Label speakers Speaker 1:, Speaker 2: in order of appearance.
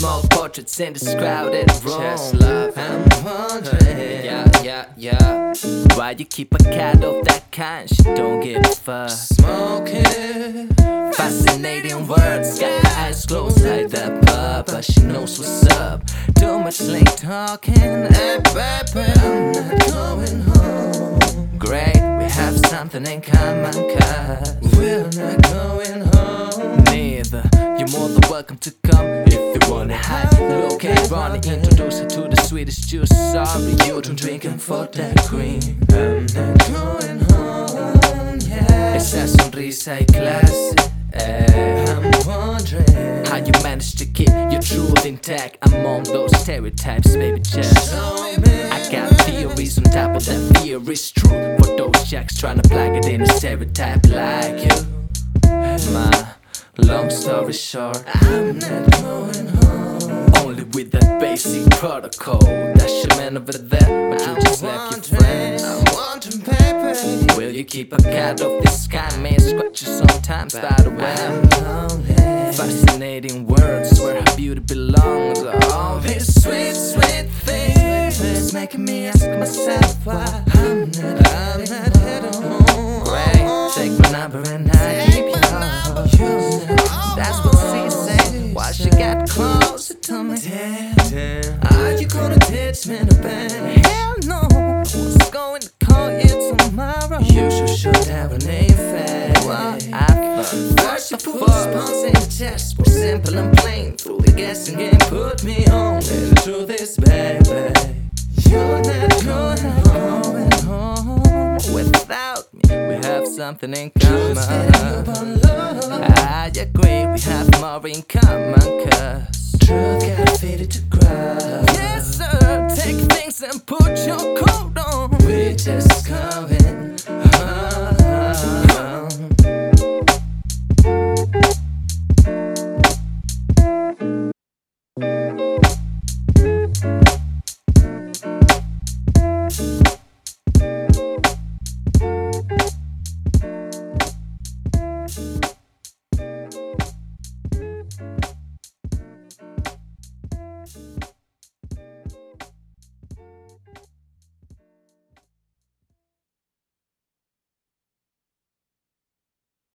Speaker 1: portraits in this crowded room.
Speaker 2: Just love.
Speaker 1: I'm wondering,
Speaker 2: Yeah, yeah, yeah.
Speaker 1: why you keep a cat of that kind? She don't give a fuck.
Speaker 2: Smoking.
Speaker 1: Fascinating words, got her eyes closed, hide that pub, but she knows what's up. Too much slick talking, hey baby, I'm not going home. Great, we have something in common, cause we're not going home. Neither, you're more than welcome to come if you wanna hide. Look at Ronnie, introduce her to the sweetest juice. Sorry, you don't drinking for that cream. I'm not going home, yeah. Esa sonrisa y clase. eh. I'm wondering how you manage to keep your truth intact among those stereotypes, baby. Just I got theories on top of that fear is true for those jacks trying to plug it in a stereotype like you. My long story short, I'm not going home. Only with that basic protocol. That's your man over there, but you just left your friends.
Speaker 2: wanting paper.
Speaker 1: Will you keep a cat of this kind? May scratch you sometimes, by the way. Fascinating words where her beauty belongs. All these sweet, sweet things is making me ask myself why I'm not, I'm not at home. Wait, take my number and I keep yours. That's what she said. Why she got closer to me? Are you gonna ditch me in the bed? Hell no. What's going to call you tomorrow? You sure should have an effect. What I thought. First of all, response in the chest were simple and plain. Through the guessing game, put me on into this, baby. You're not going home without me. We have something in common. I agree, we have more in common, cause. Truth got faded to ground. Yes, sir. Take things and put your